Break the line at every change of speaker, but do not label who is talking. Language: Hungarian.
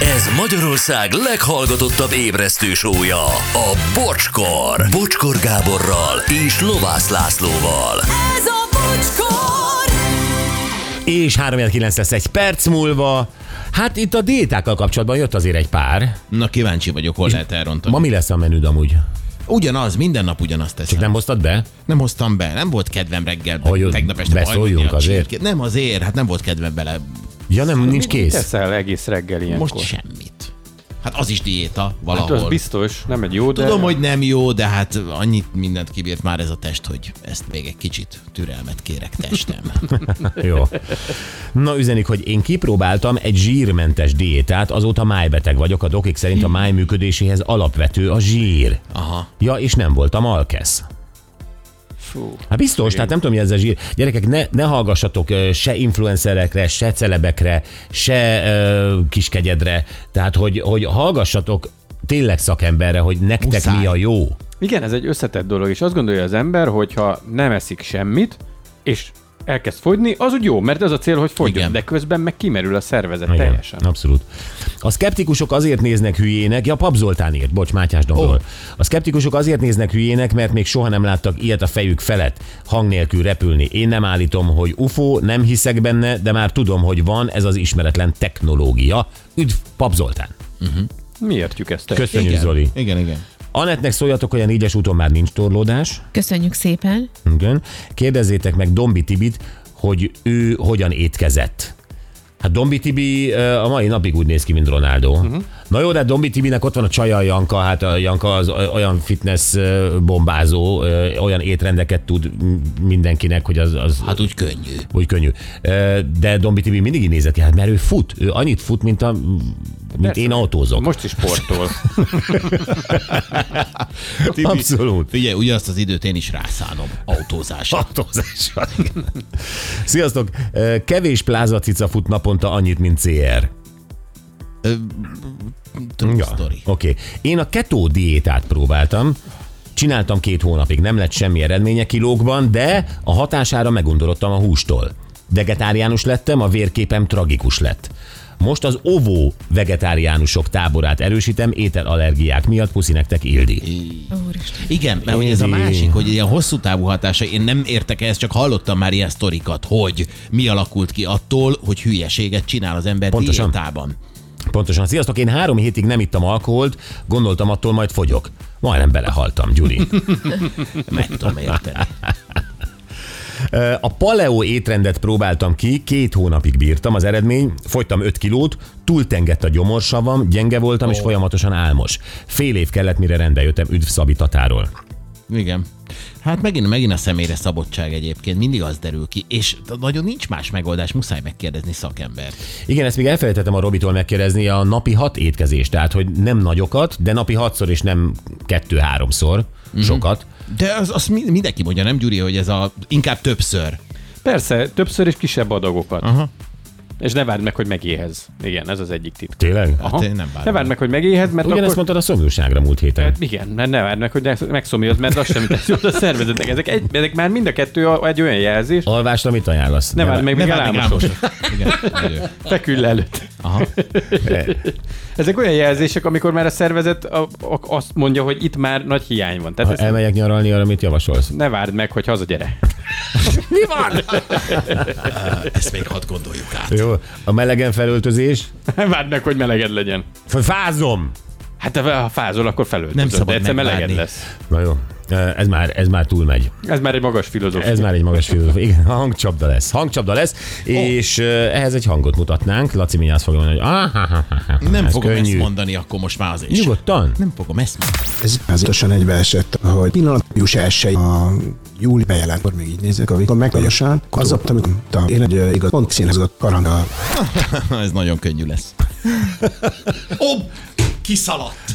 Ez Magyarország leghallgatottabb ébresztő sója, a Bocskor. Bocskor Gáborral és Lovász Lászlóval.
Ez a bocskor!
És 3 9 lesz egy perc múlva. Hát itt a diétákkal kapcsolatban jött azért egy pár.
Na kíváncsi vagyok, hol lehet elrontani.
Ma mi lesz a menüd amúgy?
Ugyanaz, minden nap ugyanazt teszem. Nem.
Nem hoztad be?
nem hoztam be, nem volt kedvem reggel,
Hogy ott
tegnap este
beszóljunk
hajlani a
azért?
csirkét. Nem azért, hát nem volt kedvem bele
Ja nem, nincs
Mit
kész.
Teszel egész reggel ilyenkor.
most semmit. Hát az is diéta
Hát
valahol.
az biztos, nem egy jó, de...
Tudom, hogy nem jó, de hát annyit mindent kibírt már ez a test, hogy ezt még egy kicsit türelmet kérek testem.
Jó. Na üzenik, hogy én kipróbáltam egy zsírmentes diétát, azóta májbeteg vagyok, a dokik szerint a máj működéséhez alapvető a zsír.
Aha.
Ja, és nem voltam alkesz.
Fú.
Hát biztos, tehát nem tudom, mi ez a zsír. Gyerekek, ne, ne hallgassatok ö, se influencerekre, se celebekre, se ö, kiskegyedre. Tehát, hogy, hogy hallgassatok tényleg szakemberre, hogy nektek
Muszáj.
mi a jó.
Igen, ez egy összetett dolog, és azt gondolja az ember, hogy ha nem eszik semmit, és elkezd fogyni, az úgy jó, mert ez a cél, hogy fogyjon,
Igen.
de közben meg kimerül a szervezet Igen.
Igen,
teljesen.
abszolút. A szkeptikusok azért néznek hülyének, ja Pap Zoltán írt, bocs, Mátyás Dombról.
Ó.
A szkeptikusok azért néznek hülyének, mert még soha nem láttak ilyet a fejük felett, hang nélkül repülni. Én nem állítom, hogy UFO, nem hiszek benne, de már tudom, hogy van ez az ismeretlen technológia. Üdv, Pap Zoltán.
Mi értjük ezt? Kösz...
Köszönjük,
igen.
Zoli.
Igen, igen.
Anetnek szóljatok, hogy a négyes úton már nincs torlódás.
Köszönjük szépen.
Igen. Kérdezzétek meg Dombi Tibit, hogy ő hogyan étkezett. Hát Dombi Tibi ö, a mai napig úgy néz ki, mint Ronaldo. Uh-huh. Na jó, de Dombi Tibinek ott van a csaja a Janka, hát a Janka az o- olyan fitness ö, bombázó, ö, olyan étrendeket tud m- mindenkinek, hogy az, az
Hát úgy könnyű.
úgy könnyű. Ö, De Dombi Tibi mindig így nézett ki, hát mert ő fut, ő annyit fut, mint, a, mint
Persze.
én autózok.
Most is sportol.
Abszolút.
Figyelj, ugyanazt az időt én is rászánom autózásra.
Hatózással. Sziasztok! Kevés plázacica fut naponta annyit, mint CR.
True story.
Oké. Okay. Én a ketó diétát próbáltam, csináltam két hónapig, nem lett semmi eredménye kilókban, de a hatására megundorodtam a hústól. Vegetáriánus lettem, a vérképem tragikus lett. Most az ovó vegetáriánusok táborát erősítem ételallergiák miatt, puszi nektek Ildi.
Úristen.
Igen, mert hogy ez a
Édi.
másik, hogy ilyen hosszú távú hatása, én nem értek ezt, csak hallottam már ilyen sztorikat, hogy mi alakult ki attól, hogy hülyeséget csinál az ember
Pontosan.
diétában.
Pontosan, sziasztok, én három hétig nem ittam alkoholt, gondoltam attól majd fogyok. Majdnem belehaltam, Gyuri.
Meg tudom érteni.
A paleo étrendet próbáltam ki, két hónapig bírtam az eredmény, fogytam 5 kilót, túltengett a gyomorsavam, gyenge voltam és folyamatosan álmos. Fél év kellett, mire rendbe jöttem, üdv Szabi Tatáról.
Igen. Hát megint, megint a személyre szabadság egyébként, mindig az derül ki, és nagyon nincs más megoldás, muszáj megkérdezni szakembert.
Igen, ezt még elfelejtettem a Robitól megkérdezni, a napi hat étkezés, tehát hogy nem nagyokat, de napi hatszor és nem kettő-háromszor,
Mhm.
sokat.
De az, azt mi- mindenki mondja, nem Gyuri, hogy ez a inkább többször.
Persze, többször és kisebb adagokat. Aha. És ne várd meg, hogy megéhez. Igen, ez az egyik tipp.
Tényleg?
Hát én nem
ne
várom.
várd meg, hogy megéhez, mert
Ugyanezt
akkor...
mondtad a szomjúságra múlt héten.
Hát igen, ne, ne várd meg, hogy ne- megszomjazd, mert az sem tesz jót a szervezetnek. Ezek, egy, ezek már mind a kettő a- egy olyan jelzés.
Alvást, amit ajánlasz?
Ne várd meg,
Ne
hát még
várd meg
elámosod.
álmosra. Igen, nagyon.
Feküdj le előtt.
Aha.
Ezek olyan jelzések, amikor már a szervezet a, a, azt mondja, hogy itt már nagy hiány van. Tehát
Ha
ezt el...
elmegyek nyaralni, arra mit javasolsz?
ne várd meg, hogy hazagyere.
Ezt még hadd gondoljuk át.
Jó, a melegen felöltözés?
Ne várd meg, hogy meleged legyen.
Fázom!
Hát te, ha fázol, akkor felöltözöd,
Nem szabad
de egyszer meleged
megvárni.
lesz.
Na jó, ez már, ez már túlmegy.
Ez már egy magas filozófia.
Ez már egy magas filozófia. Igen, hangcsapda lesz. Hangcsapda lesz, és eh, ehhez egy hangot mutatnánk. Laci mindjárt fogja mondani, hogy ah, ha, ha, ha, ha,
Nem
ez
fogom
könnyű.
ezt mondani, akkor most már azért sem.
Nyugodtan?
Nem fogom ezt mondani.
Ez pontosan egybeesett, hogy pillanatjus első a júli bejelent, akkor még így nézzük, amikor megvagyosan, az ott, amikor mondtam, én egy ö, igaz, pont színhez a karanda
Ez nagyon könnyű lesz. Ó, kiszaladt.